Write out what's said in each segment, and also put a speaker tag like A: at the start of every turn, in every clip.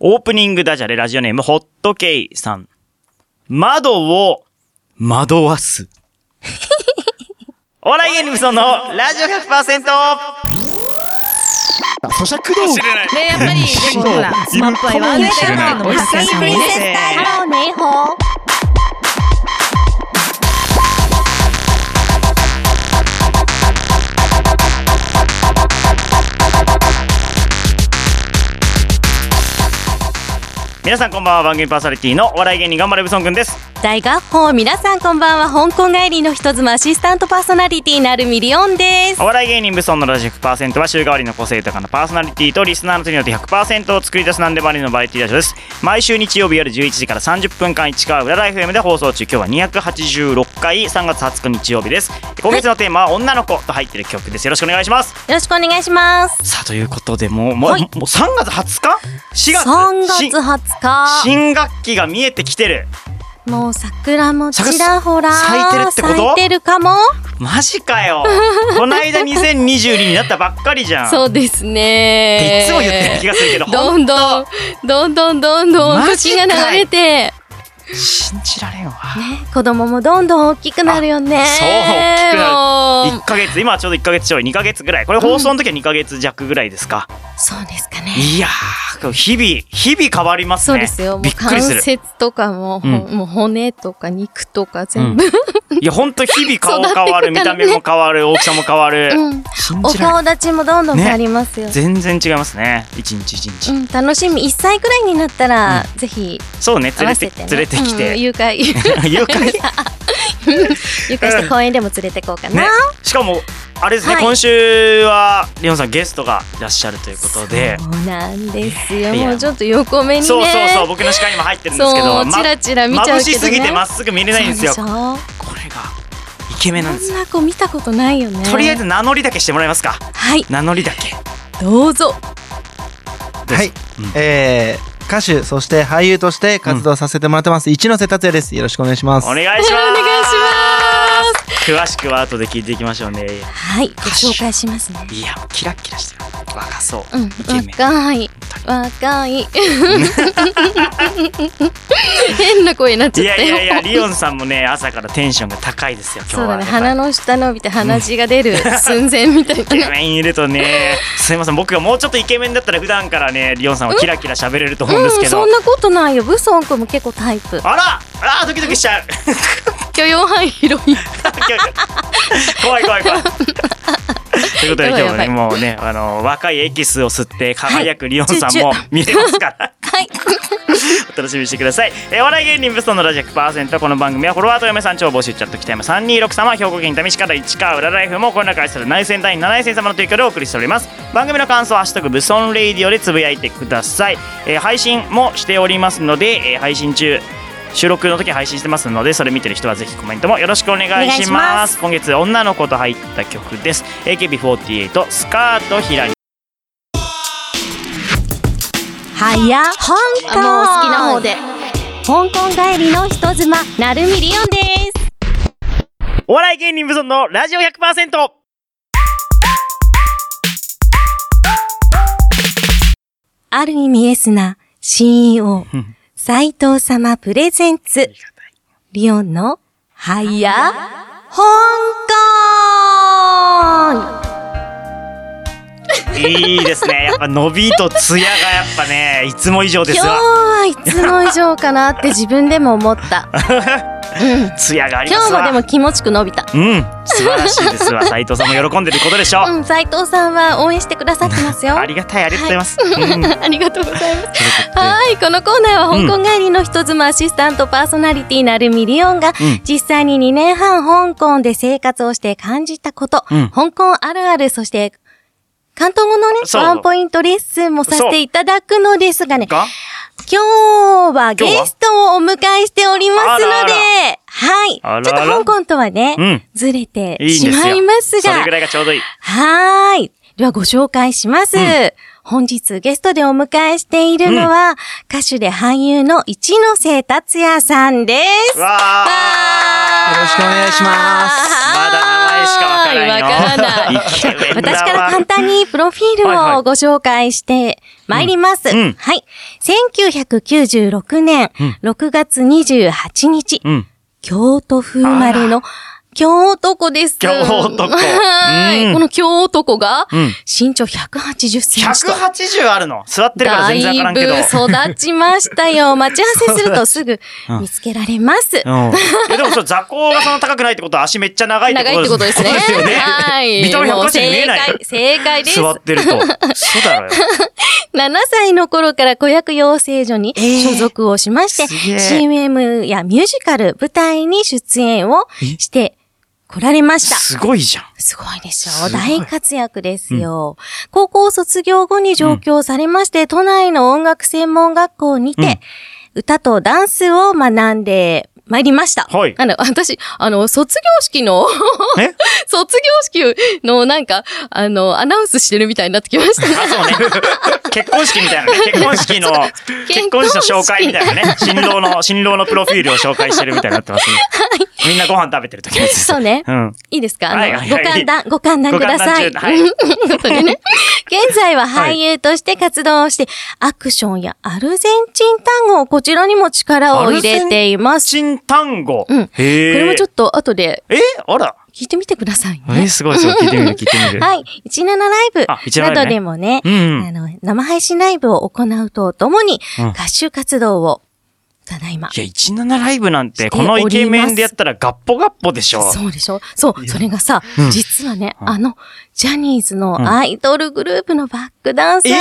A: オープニングダジャレラジオネームホットケイさん。窓を惑わす。お笑い芸人無双のラジオ 100%!
B: 咀嚼道具
C: ねやっぱり、でもほら、スマップアイはね、
B: いるか
C: のも発散
D: プリンセス
C: ね。
D: タイムハローネイホー
A: 皆さんこんばんは、番組パーソナリティのお笑い芸人頑張れブソンくんです。
D: 大学法皆さんこんばんは香港帰りの人妻アシスタントパーソナリティなるミリオンです
A: お笑い芸人無双のラジオ100%は週替わりの個性豊かなパーソナリティとリスナーの手によって100%を作り出す何でもありのバラエティラジオです。毎週日曜日夜11時から30分間市川裏ライフ M で放送中、今日は286回3月20日日曜日です。今月のテーマは女の子と入ってる曲です。よろしくお願いします。
D: よろしくお願いします
A: さあ、ということでもう、もう、
D: はい
A: もう3月20日 ?4 月
D: 3月
A: し
D: 20日
A: 新学期が見えてきてる。
D: もう桜もちらほら
A: 桜咲いてるってこと
D: 咲いてるかも
A: マジか よ。この間2022になったばっかりじゃん。
D: そうです
A: って
D: ね
A: いつも言ってる気がするけど、
D: どんどんどんどんどんどん
A: マジ
D: 時
A: か
D: が
A: い
D: 流れて
A: 信じられんわ。
D: 子供もどんどん大きくなるよね
A: そう大きくなる
D: も
A: 1ヶ月今はちょうど1ヶ月ちょい2ヶ月ぐらいこれ放送の時は2ヶ月弱ぐらいですか、
D: うそうですかね
A: いやー日々日々変わりますね
D: そうですよ。も
A: び
D: う
A: っくり
D: 関
A: する
D: 節とかも、ほん
A: う
D: もう骨とか肉とか全部、
A: いやほんと日々顔
D: 育ってくからね
A: 変わる見た目も変わる大きさも変わる、
D: うん
A: 信
D: お
A: じられん
D: 顔立ちもどんどん
A: ね
D: 変わりますよ。
A: 全然違いますね一日一日、
D: うん、楽しみ。1歳くらいになったら、ぜひ
A: そうね
D: 合
A: 連
D: わ
A: れ
D: せ
A: て
D: てね。
A: 連れてき
D: うん
A: て、
D: 誘拐。誘
A: 誘拐
D: 拐して公園でも連れてこうかな。
A: ねしかもあれですね、
D: はい
A: 今週はリオンさんゲストがいらっしゃるということで
D: そうなんですよ。
A: いや
D: もうちょっと横目にね。
A: そうそうそう僕の視界にも入ってるんですけど
D: そうチラチラ見ちゃうけどね
A: 眩しすぎてまっすぐ見れないんですよ
D: そうでしょ
A: これがイケメンなんです
D: こん
A: よ。
D: な子見たことないよね。
A: とりあえず。名乗りだけしてもらえますか。
D: はい、
A: 名乗りだけ。
D: どうぞ。
B: はい、えー、歌手そして俳優として活動させてもらってます、一ノ瀬達也ですよろしくお願いします
A: お願いします。お
D: お願いします。
A: 詳しくは後で聞いていきましょうね。
D: はい、ご紹介しますね。
A: いや、キラッキラしてる。若そう。
D: うん、
A: イケメン
D: 若い若 い変な声になっち
A: い
D: ゃ
A: や
D: ったよ
A: いやいや、リオンさんもね、朝からテンションが高いですよ、今
D: そう
A: 日
D: だ
A: は。
D: ね鼻の下伸びて鼻血が出る寸前みたい
A: イケ
D: なね
A: メンいると ね、すいません、僕がもうちょっとイケメンだったら普段からね、リオンさんはキラキラ喋れると思うんです
D: う
A: け
D: ん
A: ど。
D: そんなことないよブソン君も結構タイプ
A: あらあらドキドキしちゃ う
D: 許容範囲広い
A: 怖い怖い怖い。ということで今日はね
D: やばいやばい
A: もうねあの若いエキスを吸って輝くリオンさんも
D: はい
A: 見れますから。
D: はい
A: お楽しみにしてください。えー、お笑い芸人ブストのラジオ100%この番組はフォロワーと嫁さん超募集チャット北山326様兵庫県伊丹市から市川裏ライフもこの中愛する内戦隊員7戦様の提供でお送りしております。番組の感想はハッシュタグブソンレイディオでつぶやいてください。えー配信もしておりますので、えー配信中。収録の時配信してますのでそれ見てる人はぜひコメントもよろしくお願いします
D: お願いします
A: 今月女の子と入った曲です AKB48 スカートひらり
D: はや香港
C: もう好きな方で。
D: 香港帰りの人妻なるみりおんです
A: お笑い芸人無尊のラジオ100%
D: ある意味エスな CEO
A: ん
D: 斉藤様プレゼンツリオンのハイヤー香港
A: いいですね。やっぱ伸びとツヤがやっぱね、いつも以上で
D: 今
A: す
D: 日
A: わ。
D: はいつも以上かなって自分でも思 った。うん、
A: ツヤがありま
D: 今
A: す
D: 日
A: わ。
D: もでも気持ちく伸びた。
A: うん、素晴らしいですわ。斉藤さんも喜んでることでしょう。
D: うん、斉藤さんは応援してくださってますよ。
A: ありがたい、ありがとうございます。うん
D: ありがとうございます。はい、このコーナーは香港帰りの人妻アシスタントパーソナリティなるミリオンが、
A: うん
D: 実際に2年半香港で生活をして感じたこと、
A: うん
D: 香港あるある、そして、関東語のね、
A: そう
D: ワンポイントレッスンもさせていただくのですがね、
A: か
D: 今日は
A: 今日は
D: ゲストをお迎えしておりますので、
A: あらあら
D: はい。
A: あらあら
D: ちょっと香港とはね、
A: うん
D: ずれて
A: いいん
D: し
A: ですよ。
D: まいます
A: そ
D: が、
A: れぐらいがちょうどいい。
D: はーい。ではご紹介します。
A: うん
D: 本日ゲストでお迎えしているのは、歌手で俳優の一ノ瀬達也さんです。
A: わあ。
B: よろしくお願いします
A: まだ前しかわからんよ。
D: わからない
A: イケメンだわ
D: 私から簡単にプロフィー
A: はい
D: ル
A: は
D: を
A: い
D: ご紹介してまいります。
A: うんうん
D: はい。1996年6月28日、
A: うん。
D: 京都風生まれの京男です。
A: 京男
D: はい、
A: うん
D: この京男が
A: うん
D: 身長180センチと。
A: 180あるの座ってるから
D: だ
A: 全然わから
D: い
A: ん
D: ぶ
A: けど。
D: 育ちまし たよ。待ち合わせするとすぐ見つけられます。
B: うん。
A: えでもそれ座高がそんな高くないってことは足めっちゃ長いって
D: 長いって
A: こ
D: ことと
A: で
D: ですすね。
A: よね。
D: はい。
A: 見た目
D: もう
A: 180に見え
D: 正
A: ない
D: 解、正解です。
A: 座ってると。そうだろよ。
D: 7歳の頃から子役養成所に所属をしまして、
A: すげえ
D: CM やミュージカル、舞台に出演をして来られました。
A: すごいじゃん。
D: すごいでし
A: すご
D: ょ
A: い
D: 大活躍ですよ、高校卒業後に上京されまして、都内の音楽専門学校にて、
A: うん
D: 歌とダンスを学んで参りました。
A: はい
D: あの、私、あの、卒業式の
A: え
D: 卒業式のなんか、あの、アナウンスしてるみたいになってきましたね。
A: あ、そうね。結婚式みたいなね。結婚式の、結婚式の紹介みたいなね。新郎の、新郎のプロフィールを紹介してるみたいになってます ね。みんなご飯食べてる時です。
D: そうね。
A: うん。
D: いいですか、
A: はい
D: あの
A: はい
D: ご
A: はい
D: 勘だ、ご勘談ください。
A: ご勘
D: ということ でね現在は俳優として活動をして、アクションやアルゼンチン単語をこちらにも力を入れています。
A: 新単語。
D: うんこ
A: へえ。
D: れもちょっと後で
A: えあら。
D: 聞いてみてください
A: え、
D: ね。
A: すごい、そう。聞いてみる、聞いてみる。
D: はい。17ライ
A: あ
D: ブ
A: 17ライブね
D: などでもね、
A: うんうん
D: あの、生配信ライブを行うとともに
A: うん、
D: 合唱活動を、ただいま
A: い。や、17ライブなんて、
D: して
A: このイケメンでやったらガッポガッポでしょ。
D: そうでしょそう、それがさ、
A: うん
D: 実はね、
A: うん
D: あの、ジャニーズ
A: うん
D: のアイドルグループのバックダンサー
A: え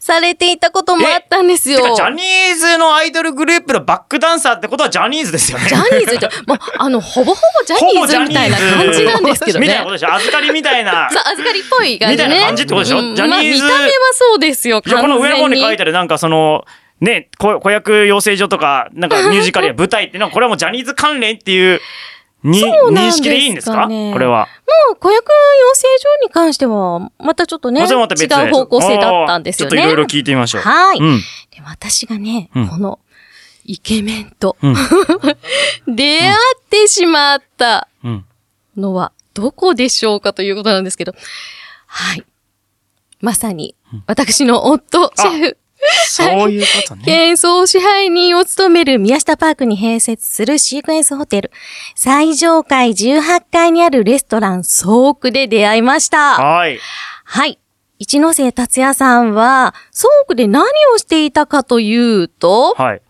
D: されていたこともあったんですよ
A: て。か、ジャニーズのアイドルグループのバックダンサーってことはジャニーズですよね。
D: ジャニーズって、もう、あの、ほぼほぼジャニーズみたいな感じなんですけど
A: みたいな
D: ね
A: こ。とでしょ預かりみたい な。
D: さあ、預かりっぽい感じね。
A: みたいな感じってことでしょ
D: うん
A: ジャニーズ
D: まあ、見た目はそうですよ、
A: いや、
D: 完
A: こ
D: 全に。
A: の上の方に書いてある、なんかその、ね、子子役養成所とか、なんかミュージ カルや舞台って、なんかこれはもうジャニーズ関連っていう、に、
D: そうなん
A: 認
D: ですかね
A: 識でいいんですかこれは。
D: もう、子役養成所に関しては、またちょっとね、違
A: もちろんまた別で
D: う方向性だったんですよね。
A: ちょっといろいろ聞いてみましょう。
D: はい
A: うん。
D: で私がね、
A: うん
D: この、イケメンと、
A: うん
D: 出会ってしまった
A: うん。
D: のは、どこでしょうかということなんですけど、はい。まさに、私の夫、シェフ、
A: そういうことね。
D: 県総支配人を務める宮下パークに併設するシークエンスホテル、最上階18階にあるレストラン、ソークで出会いました。
A: はい。
D: はい。一ノ瀬達也さんは、ソークで何をしていたかというと、
A: はい。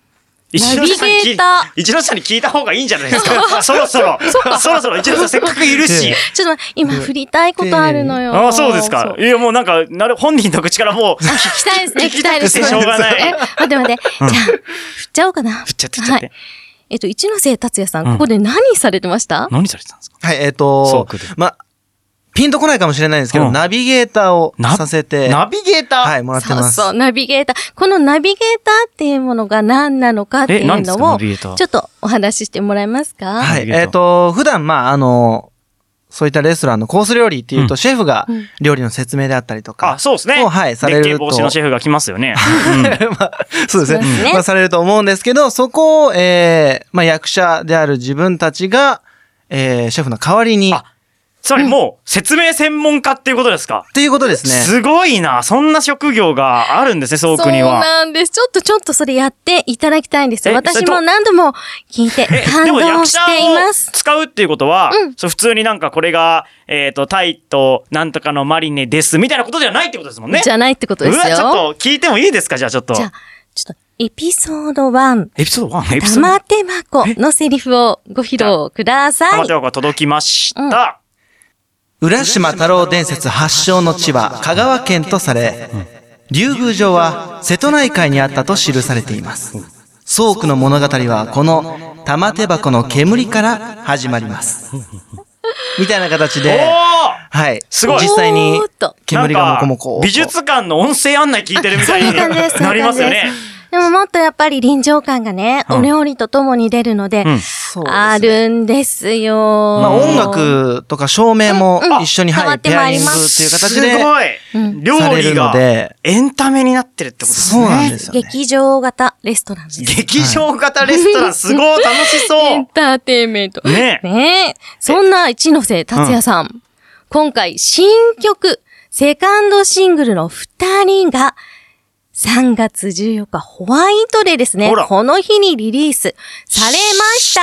D: ナビゲーター
A: 一ノ瀬さんに聞い一ノ瀬さんに聞いた方がいいんじゃないです か。そろそろ。そろそろ一ノ瀬さんせっかくいるし。
D: ちょっと待って今振りたいことあるのよ。
A: ああ、そうですか。い
D: 聞
A: や、もうなんか、なる、本人の口からもう、
D: きたいですね、聞きたいです
A: 聞
D: ね。
A: きたくてしょうがない
D: え、待って待って。じゃあ、振っちゃおうかな。振
A: っ ちゃって振っちゃって
D: えっと、一ノ瀬達也さん、
A: うん
D: ここで何されてました
A: 何されてたんですか
B: はい、えっ、
A: そう
B: と
A: くる、
B: ま、ピンとこないかもしれないんですけど、
A: うん
B: ナビゲーターを
A: な
B: させて、
A: ナビゲーター
B: はい、もらって
D: そう
B: ます。
D: そう、ナビゲーター。このナビゲーターっていうものが何なのかって
A: え
D: いう
A: 何ですか
D: の
A: ナ
D: を、
A: ビゲ
D: ち
A: ーター
D: ょっとお話ししてもらえますか
B: は
A: ナビ
B: い、
A: ゲーター
B: えっ、と、普段、まあ、あの、そういったレストランのコース料理っていう
A: う
B: と、
A: ん
B: シェフが
D: うん
B: 料理の説明であったりとか、
A: あ、そうですね。
B: をはい、され
A: 熱
B: る
A: 気
B: と。
A: 防止のシェフが来ますよね。
B: まあ、そうですね。
D: そうですね
B: まあ、されると思うんですけど、そこを、えー、まあ、役者である自分たちが、えー、シェフの代わりに、っ
A: あつまりもう、説明専門家っていうことですか。
B: ていうことですね。
A: すごいな。そんな職業があるんですね、
D: そ
A: そうう国は。
D: なんです。ちょっとちょっとそれやっていただきたいんですよ。
A: えそれ
D: 私
A: ど
D: も何度も聞いて
A: え
D: 感
A: でも
D: 動
A: 役
D: し
A: 者
D: てい
A: を
D: ます。
A: 使うっていうことは、そう普通になんかこれが、えっ、と、タイとなんとかのマリネです、みたいなことじゃないってことですもんね。
D: じゃないってことですよ。
A: うわ、ちょっと聞いてもいいですかじゃあちょっと。
D: じゃあ、ちょっと、エピソード1、
A: エピソード 1? エピソード1
D: 玉手箱のセリフをご披露くださ
A: 玉
D: い
A: 手。箱が届きました。
B: 浦島太郎伝説発祥の地は香川県とされ、竜宮城は瀬戸内海にあったと記されています。宗区の物語はこの玉手箱の煙から始まります。みたいな形
A: お
B: で、
A: おー
B: はい。
A: すごい
B: 実際に
D: おーっと
B: 煙がもこもこ。
A: なんか美術館の音声案内聞いてるみたいに
D: そうなんです
A: なりますよね。
D: でももっとやっぱり臨場感がね、
A: うん
D: お料理とともに出るので、
A: うん
B: そうですね
D: あるんですよ。
B: まあ音楽とか照明も
D: うんうん
B: 一緒に、
D: 変わ
B: はい、
D: って
B: ペア
D: まい
B: リン
D: り
B: グ
D: ます
B: っていう形
A: す
B: で、
A: ごい、
D: うん
A: 料
B: され
A: 理
B: るの
A: が
B: で
A: エンタメになってるってことですね。
B: そうなんですよね。
D: 劇場型レストランです。
A: 劇場型レストラン、すごい楽し
D: エ
A: そ
D: ンターテインメント。
A: う。ねえ。
D: ねえ。そんな一ノ瀬達也さん、今回新曲、セカンドシングルの二人が、3月14日、ホワイトデーですね
A: ほら。
D: この日にリリースされました。
A: した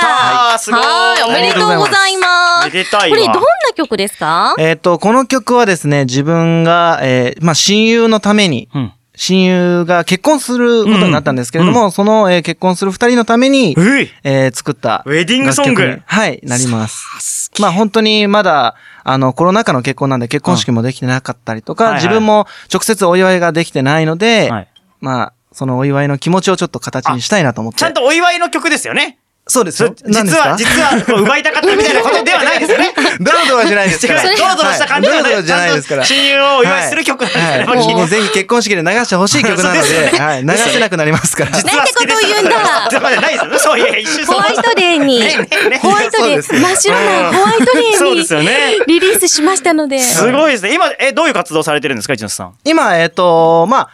A: ーすごい
D: はいおめでとうございます。
A: めでたい
D: こ
A: わ
D: れどんな曲ですか
B: えっ、と、この曲はですね、自分が、えーまあ、親友のために、
A: うん
B: 親友が結婚することになったんですけれども、その、えー結婚する二人のために、
A: うい
B: えー作った。
A: ウェディングソング
B: 楽曲にはい、なります。まあ本当にまだ、あの、コロナ禍の結婚なんで結婚式もできてなかったりとか、
A: はいはい
B: 自分も直接お祝いができてないので、
A: はい
B: まあ、そのお祝いの気持ちをちょっと形にしたいなと思って。
A: ちゃんとお祝いの曲ですよね。
B: そうですよ
A: そ。実は、実は、こう奪いたかったみたいなことではないですよ ね。
B: ドロドロじゃないです
A: 違う
B: から。、
A: ドロドロした感じでは
B: は
A: ない
B: ドロドロじゃないですから。
A: ちゃんと親友をお祝いする曲なんですね。
B: はいはいもうぜひ結婚式で流してほしい曲なの
A: そうですよ
B: で、
A: ね
B: はい、流せなくなりますから。
A: 実は好きでした
D: なんて
A: そうじゃないですよ。そういや、一瞬そ
D: ホ
A: う
D: ワイトデーに、
A: ねねね
D: ホワイト
B: そう
D: デ
B: で
D: ー、
B: すね
D: 真っ白なホワイトデ
A: そうですよね
D: ーにリリースしましたので。
A: すごいですね。今、え、どういう活動されてるんですか、一之瀬さん。
B: 今、えっ、と、まあ、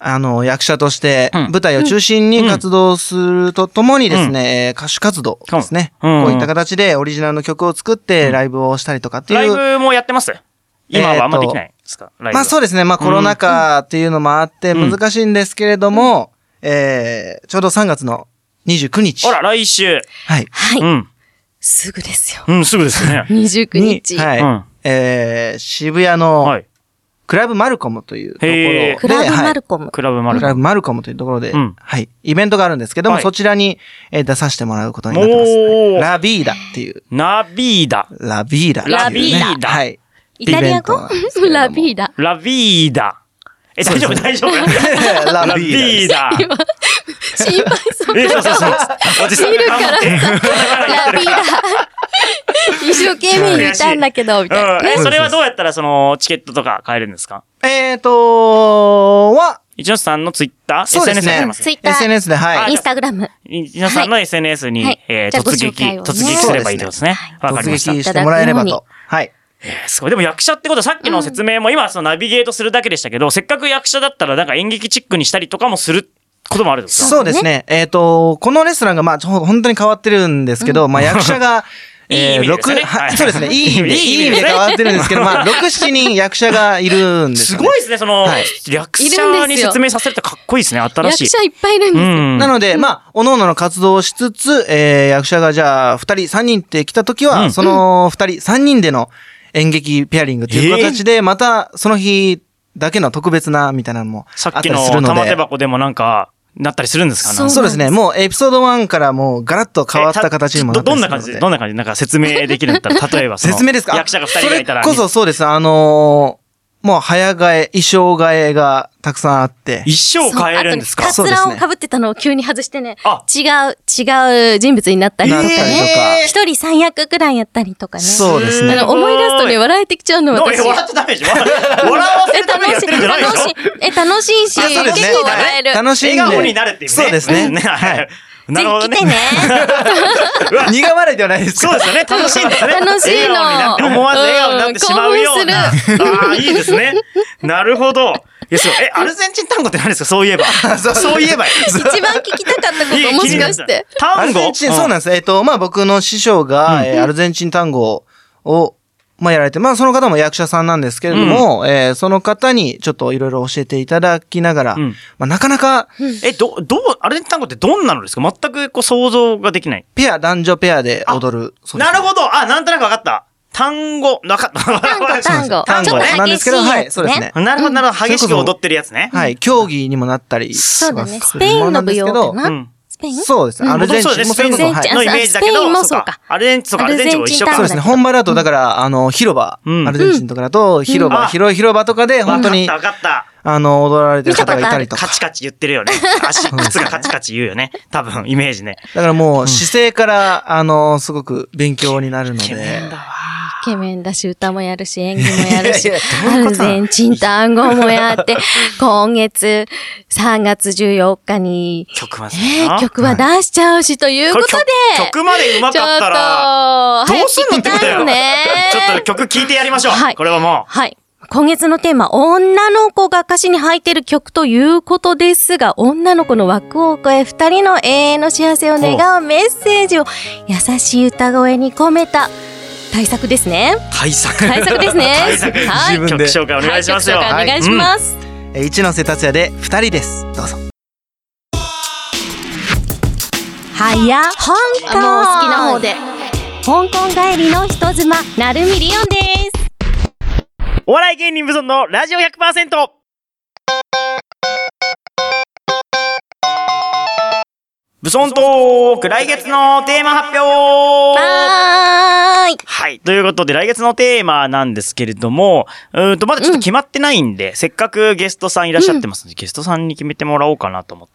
B: あの、役者として、
A: うん
B: 舞台を中心に活動するとともにですね、えー歌手活動ですね、
A: うん
B: こういった形でオリジナルの曲を作ってライブをしたりとかって
A: ラ
B: い
A: イ
B: う。
A: ブもやってます今はあんまできないですか、ライブは。
B: まあそうですね、まあコロナ禍っていうのもあって
A: うん
B: 難しいんですけれども、えーちょうど3月の29日。
A: あら、来週。
B: はい。
D: はい、
A: うん。
D: すぐですよ。。
A: うん、すぐですね
D: 29
B: に
D: 日。、
B: はい、
A: うん
B: えー渋谷の、
A: はい。
B: クラブマルコムというところ
A: へ
B: で、
A: ー
D: クラブマル
B: コ
D: コム。
A: クラブマ
B: ム。
A: ル
B: ク
A: コ
B: ラブマルコムというところで、
A: うん
B: はい、イベントがあるんですけども、
A: はい
B: そちらに、えー出させてもらうことになって
A: おー
B: ます。ラビーダっていう、
A: ラビーダ。
B: ラビーダっていう、ね。
A: ラビーダ
B: はい。
D: イタリ
B: イベ
D: ア語
B: ントなんですけれども
D: ラビーダ。
A: ラビーダ。え、大丈夫、大丈夫。
B: ラ
A: ラビ
B: ビー
A: ーダ。
D: 心配そう。
A: え、そうそうそう。おじさんが頑
D: ラビーダ。一生懸命言ったんだけど、みたい
A: 張
D: な
A: って。うん。え、
D: ね。
A: それはどうやったら、その、チケットとか買えるんですか
B: ダ。えーとは、
A: 一之瀬さんのツイッター
B: そうです
A: ?SNS
B: ね
A: になります
D: ツ。イッター、
B: SNS で、はい。
D: インスタグラム。
A: 一之瀬さんの SNS に
D: はい、
A: えー
D: じゃあご
A: 突
D: 紹
A: 撃、
D: 介をね
A: 突撃すればいいってことですね。わかり
B: 突
A: ま
B: 撃
A: した。
B: してもらえればと。はい。
A: すごい。でも役者ってことはさっきの説明も今そのナビゲートするだけでしたけど、せっかく役者だったらなんか演劇チックにしたりとかもすることもあるんですか
B: そうですね。えっ、と、このレストランが、まあ、ちょ本当に変わってるんですけど、まあ、役 者が、
A: いい意味ですよね
B: 六
A: はい
B: はそうですね。いい意味で、
A: い
B: い
A: い
B: い
A: 意味
B: 意味
A: で
B: で変わってるんですけど、まあ、6、7人役者がいるんです
A: す
B: よ、ね。
A: ごいですね、その、
B: はい
A: 役者に説明させるってかっこいいですね、新
D: 役
A: しい。
D: 者いっぱいいる
A: う
D: んですよ。
A: ん。
B: なので、まあ、おのおのの活動をしつつ、えー役者がじゃあ、2人、3人って来た時は、
A: うん
B: その2人、3人での演劇ペアリングという形で、また、その日だけの特別な、みたいなのもあ
A: さ
B: った
A: っき
B: り
A: の
B: するの
A: 玉手
B: で。
A: 箱でもなんか、なったりするんですか
D: そう
B: そうですね。もう、エピソード1からもう、ガラッと変わった形にもな
A: ど
B: って
A: ど
B: ま
A: んな
B: すので
A: 感じどんな感じなんか説明できるんだった ら、例えばその
B: 説明ですか
A: 役者が二人がいたら。
B: それこそそうです。あのーもう早替え、衣装替えがたくさんあって。
A: 一生変えるんですか
B: そ
D: そううあ
B: です
D: とね
B: ね
D: カツラを被ってたのを急に外してね
A: あ、
D: 違う、違う人物になったりと
B: な
D: か
B: ったりとか
D: ね。一人三役くらいやったりとかね。
B: そうです
D: あ
B: ね。
D: の、思い出すとね、笑えてきちゃうの
A: な
D: 私
A: え。笑っちゃダメでしょ笑笑わせ
D: え、
A: るためにやっ
D: 楽してい。
A: るんじゃないでしょ
D: 楽しい。え、楽しいし、
B: あそうですね
D: 結構笑える。
B: 楽しいんで。
A: 笑顔になるっていうね。
B: そうですね。
A: ん
B: はい。
A: なるほど
D: ぜ
A: ね
D: ひ来て。ね。
B: 苦笑いではないですけ
A: そ
B: ど
A: うですよね。楽しいんですね。
D: 楽しい
A: 笑
D: の
A: 顔になって思わず笑顔になってしまうような。
D: うん興
A: ああ、いいですね。なるほど。いや、そう。え、アルゼンチン単語って何ですかそういえば。 そういえば。
D: 一番聞きたかったこと、もし かして。。
B: ア
A: 単
B: ル
A: 語
B: ゼンチン、そうなんです。えっと、まあ僕の師匠が、えーアルゼンチン単語を、まあやられて、まあその方も役者さんなんですけれども、えーその方にちょっといろいろ教えていただきながら、
A: うん
B: まあなかなか
A: え、ど、どう、アルゼンチン単語ってどんなのですか全くこう想像ができない。
B: ペア、男女ペアで踊る。そうで
A: な
B: す
A: るほど。あ、なんとなくわかった。単語、わかった。単
D: 単語、単語。
B: 単
D: ち
B: 語
D: ょっと
B: なんで
D: 激
B: す
D: し
B: け
D: い
B: ど、は
D: や
B: い、
D: つ
B: そうです
D: ね
B: ね。。
A: なるほど、なるほど。激しく踊ってるやつね。
B: はい、競技にもなったり
D: そう
B: し
D: だ
B: ます
D: ね。スペインの舞踊か
A: う。
D: なんスペイン
B: そうですね。アルゼンチンも
A: スペ
B: そ
A: イ
B: れ
A: ン
B: こそ、
D: アルゼン
B: は
D: チ
B: い。
A: のイメージだけ
D: あスペイ
A: ど、
D: ンも
A: そう
D: そう
A: か
D: か。
A: アルゼンチン、そうか、アルゼンチンも一緒か。
D: ア
B: そう
D: ル
B: です
D: ゼンチン
B: ね。本場だと、だから、あの、広場、
A: うん
B: アルゼンチンとかだと、広
A: うん
B: 場、広い広場とかで、本当に
A: わ、かった、わかっ
B: あの、踊られてる方がいたり
A: た。
B: とか
A: カ。チカチ言ってるよ ね。足、靴がカチカチ言うよね。多分、イメージね。
B: だからもう、姿勢から、あの、すごく勉強になるので。
D: ケメンだし、歌もやるし、演技もやるし、
B: いやいやどういう
D: ア
B: こ
D: ル
B: となの
D: ゼンチン単語もやって、今月3月14日に、
A: 曲はさ、
D: ね曲は出しちゃうし、ということで、
A: 曲曲までうま
D: ちょ
A: か
D: っ
A: ったら、
D: と、
A: どうすんのってこと
D: 早く聞きたい
A: よ。
D: ね
A: ちょっと曲聴いてやりましょう。
D: はい
A: これはも
D: はい。今月のテーマ、女の子が歌詞に入っている曲ということですが、女の子の枠を超え、二人の永遠の幸せを願うメッセージを、優しい歌声に込めた対策ですね。
B: 対策
D: 対策ですね。は
B: 自
D: い。
A: う、
B: 分
A: 曲
B: で
A: 紹介お願いしますよ。
D: はい曲紹介お願いします。
B: えー一ノ瀬達也で二人ですどうぞ
D: はや、香
C: あ
D: 港。
C: もう好きな方。で。
D: 香港帰りの人妻、なるみりおんです。
A: お笑い芸人無尊のラジオ 100%! ブソントーク来月のテーマ発表
D: はーい。
A: はい。ということで、来月のテーマなんですけれども、うーんと、まだちょっと決まってないんで、せっかくゲストさんいらっしゃってますので、ゲストさんに決めてもらおうかなと思って。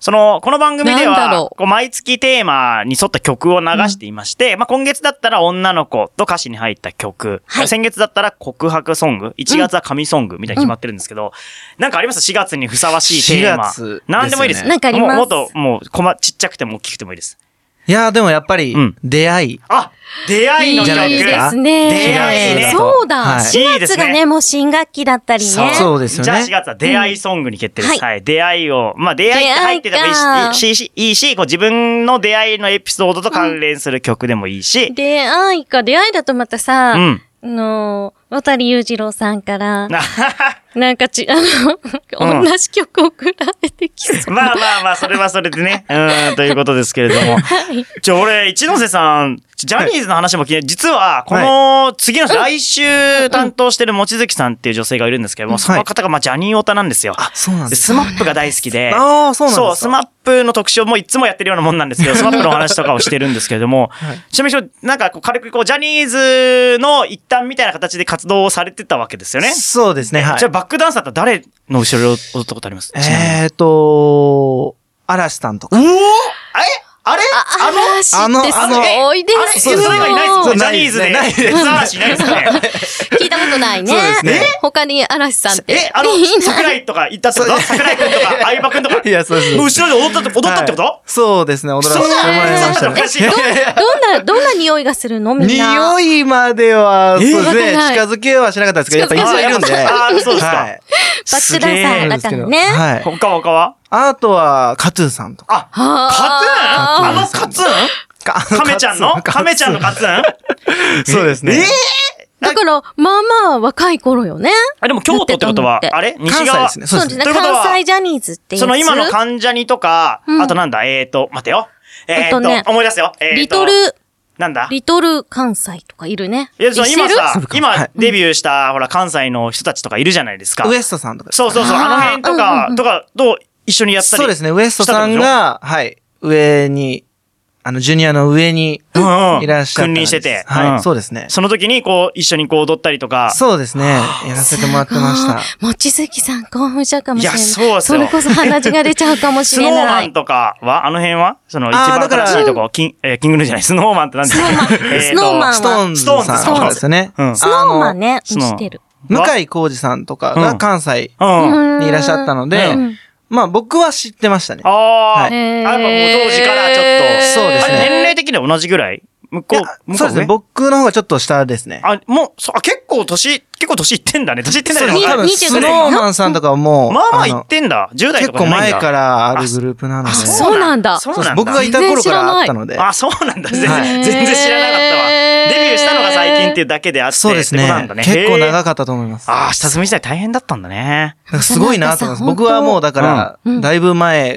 A: その、この番組で
D: なんだ
A: は
D: ろ、う
A: こう毎月テーマに沿った曲を流していまして、まあ今月だったら女の子と歌詞に入った曲、
D: はい
A: 先月だったら告白ソング、1月は神ソングみたいに決まってるんですけど、なんかあります ?4 月にふさわしいテーマ。
B: 4月ですよね
A: なんでもいいです。
D: なんかあります
A: もうもっと、もう、こま、ちっちゃくても大きくてもいいです。
B: いやーでもやっぱり、
A: うん
B: 出会い
A: あ出会いの
B: じゃ
A: 曲
B: ないで
D: いい
B: す
D: で
B: か
D: すね。
A: 出会いね
D: そうだ。
B: はい
A: いい
D: 4
A: で
D: 月
A: すね
D: がね、もう新学期だったりね。
B: そうですよね
A: じゃあ4月は出会いソングに決定です。
D: うん
A: はい、出会いを、まあ出会いって入っててもいい
D: 出会いか
A: し、いいし、いいしこう自分の出会いのエピソードと関連する曲でもいいし、
D: 出会いか、出会いだとまたさ、
A: うん
D: あの、渡り裕次郎さんから、
A: な
D: なんかち、あ
A: う
D: の、
A: ん
D: 同じ曲送られてきそう。
A: まあまあまあ、それはそれで ね。うん、ということですけれども。ちょ、俺、一ノ瀬さん、ちょジャニーズの話も聞いて、実は、この、次の人、来週担当してる望月さんっていう女性がいるんですけども、
B: うん
A: その方が、まあ、ジャニーオタなんですよ。
B: あそうなん
A: で、
B: です
A: スマップが大好きで。
B: ああそうなんです
A: そう、スマップの特集をもういつもやってるようなもんなんですけ ど、スマップのお話とかをしてるんですけれども、ちなみにそう、なんかこう軽くこう、ジャニーズの一端みたいな形で活動をされてたわけですよね。
B: そうですねはい
A: じゃあ、バックダンサーだったら誰の後ろを踊ったことありますちなみに
B: えーと嵐さんとか
A: おおえあれあの
D: 嵐
B: あの
D: って
B: あ
D: す
B: の
D: ごいで
A: あれ
D: す
A: そ
D: よ
A: う
B: う
A: いうのいないです
B: そ
A: よね。ジ
B: う
A: ャニ
B: ないで
A: ー
B: す
A: ズで。
B: ねないですね
A: 別の嵐いないですね。
D: 聞いたことないね。
B: そうですね
D: 他に嵐さんって。
A: え、あの、桜井とか行ったってこと桜井くんと か相葉くんとか。
B: いやそうです
A: もう後ろで踊ったって、踊ったってこと、
B: はいそうですね踊らせても
A: 嘘だ
B: らいました
A: おか
B: ね
A: しいよ
D: どんな、どんな匂いがするのみんな。
B: 匂いまでは、
A: えー
B: そうですね
D: わかんない
B: 近づけはしなかったですけど、やっぱいっぱいいるんで。
A: あーそうですか
B: はい
D: バックダンサーだからね。
B: はい。
A: 他は他は
B: あとは、カトゥーンさんとか。
A: あ、カツンあ
D: は
A: のカツンカメちゃんのカメちゃんのカツン
B: そうですね。
D: ーだから、まあまあ若い頃よね。
A: あ、でも京都ってことは、
D: だって
A: あれ西
B: 関西
A: 側。
B: ですね。そ
D: そうう
B: で
D: で
B: ね。
D: すすね。
A: ということは
D: 関西ジャニーズっていうやつ。
A: その今の関ジャニとか、
D: うん
A: あとなんだ、えーと、待てよ。えー
D: えっ
A: と、
D: とね
A: 思い出すよ。えーと、
D: リトル、
A: なんだ
D: リトル関西とかいるね。
A: いや、その今
D: 知っ
A: さ
B: る、
A: 今デビューした、ほら、関西の人たちとかいるじゃないですか。
B: ウエストさんとかですか
A: そうそうそう、
D: あ
A: あ
D: ー
A: の辺と
D: うんうん
A: か
D: う、ん
A: とか、と一緒にやったり。
B: そうですね。ウエストさんが、はい。上に、あの、ジュニアの上に、
A: うんうん
B: いらっしゃった
A: 君
B: んで
A: 臨し
B: す
A: ててう
B: は
A: ん
B: い。そうですね。
A: その時に、こう、一緒にこう踊ったりとか。
B: そうですね。やらせてもらってました。
D: た。 もちづきさん興奮しちゃうかもしれない。
A: いやそうですよ
D: れこそ 鼻血が出ちゃうかもし
A: スノ
D: れ
A: ーマ
D: ない
A: ン。とかは、あの辺はその一
B: あー
A: 番
B: だから
A: 新しいとこ、キン、えーキングヌーじゃない、スノーマンってなんだ
D: スノーマン
B: ストーンズさん
A: ストー
B: と
A: ンズ
B: かですよね。
A: うん
D: スノーマンね、
A: スノー
D: 知ってる。
B: 向井浩二さんとかが関西
A: うん。うん。
D: うん、
B: にいらっしゃったので
A: うん
B: まあ僕は知ってましたね。
A: ああ、
B: はい
A: やっぱもう当時からちょっと。
B: そうですね
A: あれ年齢的には同じぐらい向
B: い
A: こ
B: や
A: う、向こ
B: そうですね。
A: 上
B: 僕の方がちょっと下ですね。
A: あ、もう、そうあ結構年、結構年いってんだね。年いってんだ
B: そう
A: ね。
B: です多分、
D: 25
B: スノーマンさんとかはもう、
A: まあまあ
B: の
A: いってんだ。10代
B: 結
A: とかじ
B: 構
A: ゃないんだ。
B: 前からあるグループなので、
A: あ
B: そう
D: そうなんだ。
A: そう
B: です
A: なんだ。
B: 僕がいた頃からあったので、
A: あ、そうなんだ。全然、
B: はい
A: 全然知らなかったわ。
D: へー
A: デビューしたのが最近っていうだけであって、
B: そうです
A: っ
B: ね
A: てことなんだね。
B: 結構
A: へー
B: 長かったと思います。
A: ああ、下積み時代大変だったんだね。
B: なんかすごいなと思います。
D: 本当
B: 僕はもうだから、だいぶ前っ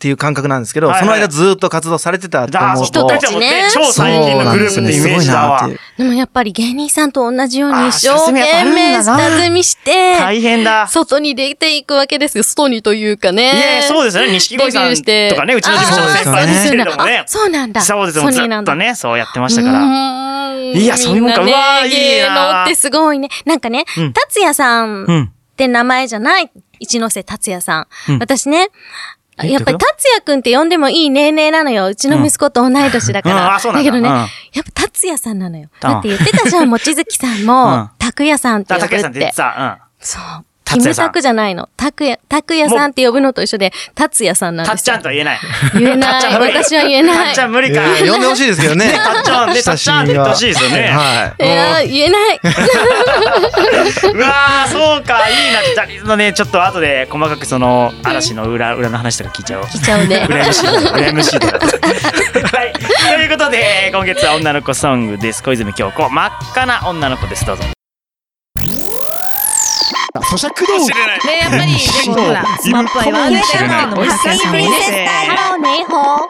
B: ていう感覚なんですけど、
A: はいはい
B: その間ずっと活動されてたと
A: だあ、
B: 思
A: そうう、僕
B: と、
A: たちもね、
D: 人
A: 超
D: た
A: 最近のグループってイメージだわ。
B: そうなんですよねすごいなっていう
D: でもやっぱり芸人さんと同じよう
A: あー
D: に一生懸命
A: 下積みは大変だな
D: 下積みして、
A: 大変だ。
D: 外に出ていくわけですよ。外にというかね。
A: いやいやそうですよね錦鯉さんとかねうちの事務所
B: の先輩です
A: けれどもね
D: あそうなんだ。
A: そうですもうず
D: ソニーな
A: っ
D: んだ
A: とね、そうやってましたから。
D: ら
A: いやそういうもんかうわーいいなー
D: 芸能ってすごいね。なんかね、
A: うん
D: 達也さん
A: うん
D: って名前じゃない、一ノ瀬達也さん。
A: うん
D: 私ね、やっぱり達也くんって呼んでもいい年齢なのよ。うちの息子と同い年だか
A: うん
D: ら。
A: あそうなんだ
D: けどね、
A: うん
D: やっぱ達也さんなのよ。
A: うん
D: だって言ってたじゃん、望月さん
A: うん
D: も、拓也さんって
A: た
D: 呼ぶ
A: たけさん
D: っ。
A: って言っててた。
D: そう。
A: 達也
D: キム
A: さん
D: タクじゃないの。拓也、拓也さんって呼ぶのと一緒で、達也さん
A: う。
D: なんん
A: た
D: で
A: っ
D: す
A: ちゃんとは言えない。
D: 言え
A: た
D: な
A: っ
D: い
A: ちゃん無理。
D: 私は言えない
A: たっちゃん無理か。
B: えー呼んでほしいですけどね。
A: たっちゃんねたっちゃんって言ってほしいですよね
B: はい
D: やー、言え ない。
A: うわー、そうか、いいな。ジャニーズのね、ちょっと後で細かくその嵐の裏裏の話とか聞いちゃおう。
D: 来ちゃうね。
A: 羨ましい羨ましいとかはいということで今月は女の子ソングです小泉今日子真っ赤な女の子ですどうぞ
E: 咀嚼道具
C: ね、やっぱり、でもほら、スマップアイは、ね、
E: 知らない
C: のも発見さんもね。
D: ハローネイホー。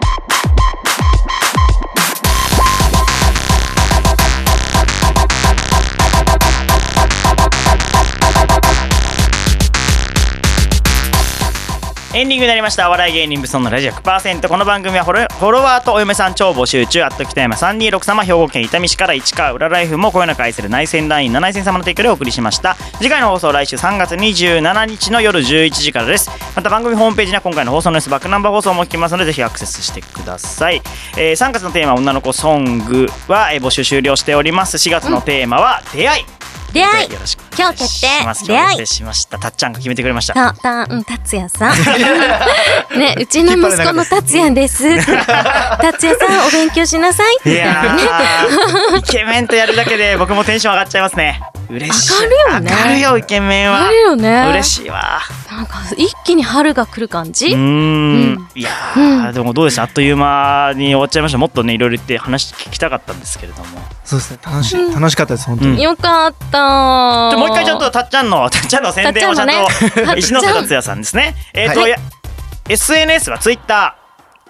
A: エンディングになりましたお笑い芸人ブソンのラジオ100%この番組はフォロフォロワーとお嫁さん超募集中あっと北山326様兵庫県伊丹市から市川裏ライフもこよなく愛する内戦団員7 0 0様の提供でお送りしました次回の放送は来週3月27日の夜11時からですまた番組ホームページには今回の放送の様子バックナンバー放送も聞きますのでぜひアクセスしてください、えー3月のテーマ女の子ソングは、えー募集終了しております4月のテーマは出会い、
D: 出会い
A: よろしくお
D: 今
A: 願い
D: 日決
A: し
D: 定
A: ます
D: 出会い
A: 今日決定しましたたっちゃんが決めてくれました
D: た、た、うん、達也さん。ね、うちの息子の達也です。 達也さん、お勉強しなさい。
A: い
D: みたい
A: や
D: なね。
A: ー、イケメンとやるだけで僕もテンション上がっちゃいますね。嬉しい。
D: 上がるよね
A: 上がるよ、イケメンは
D: あ。るよね。
A: 嬉しいわ。
D: なんか、一気に春が来る感
A: う
D: じ。
A: ー。
D: うん
A: いやー、でもどうでしたあっという間に終わっちゃいました。もっとね、いろいろ言って話聞きたかったんですけれども。
B: そうですね。楽しい、楽しかったです、本当
A: うん
B: に。
D: よかった
A: じゃあもう一回ちょっとたっちゃんの、たっちゃんの宣伝をちゃん
D: たっちゃんの
A: と、
D: ね
A: 石ノ瀬達也さんですね。えっと、
B: はい
A: や SNS は Twitter、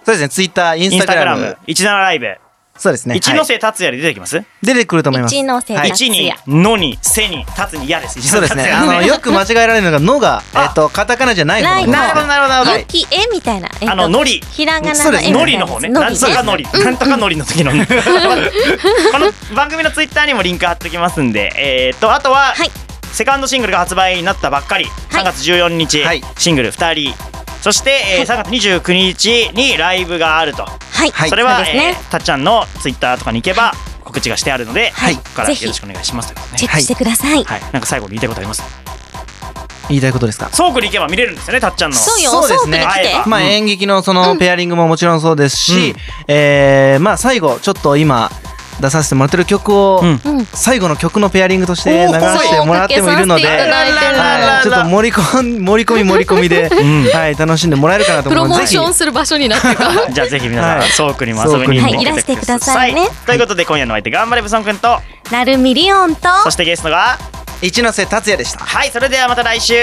B: そうですね、ツイッター、インスタグラム
A: Instagram、。17ライブ、
B: そうですね。
A: 一ノ瀬達也で出てきます
B: はい出てくると思います。
D: 一ノ瀬
B: はい
D: 達
A: 一に
D: 達、
A: のに、せに、達に、やです。一
B: そう
A: ノ
B: で
A: 瀬
B: す
A: 達也
B: ね。あ
A: ですね
B: の、よく間違えられるのが、のが、えっと、カタカナじゃない方の
A: なるほど、なるほど、なるほど。
D: ゆきえみたいな。えっと
A: あの、のり。
D: ひらがな
B: そう
D: の
B: です
D: えみ
A: ノ
D: たい
A: リ
D: な
A: の方ね。なんとかノリ。なんとかノリの 時の。この番組のツイッターにもリンク貼っておきますんで、えーっと、あとは、
D: はい。
A: セカンドシングルが発売になったばっかり、3月14日、
B: はい
A: シングル2人、そして、えー3月29日にライブがあると。
D: はい。
B: はい
A: それは、
D: うですね
A: えーたっちゃんのツイッターとかに行けば告知がしてあるので、
D: はい
A: ここから
D: ぜ
A: よ
D: ひ
A: ろしくお願いしますということで
D: チェ
A: ね。
D: ックしてください。
A: はい、なんか最後に言いたいことあります。
B: 言いたいことですか
A: 倉庫に行けば見れるんですよね、たっちゃんの。
D: そうよ、
B: そう
D: ソ
B: で
D: ー
B: す
D: プに
B: ね
D: 来て。
A: うん
B: まあ演劇のそのペアリングももちろんそうですし、
A: うん
B: えーまあ最後ちょっと今出させてもらってる曲を
A: うん
D: うん。
B: 最後の曲のペアリングとして流してもらってもいるので、
D: そう
A: あ
D: かけさせていただいてる
A: らら
B: はい、ちょっと盛り込ん盛り込み盛り込み で、
A: ん
B: はい楽しんでもらえるかなと
D: プ
B: 思
D: ロ
B: う
D: モ
B: のでぜ
D: ー
B: ひ
D: ションする場所になってるか ら。
A: じゃあぜひ皆さん、
B: はい
A: 倉庫にも遊びに行ってきてください。
D: はいいらしてくださいね
A: ということで今夜のお相手頑張れブソン君と
D: なるミリオンと。
A: そしてゲストが
B: 一ノ瀬達也でした。
A: はいそれではまた来週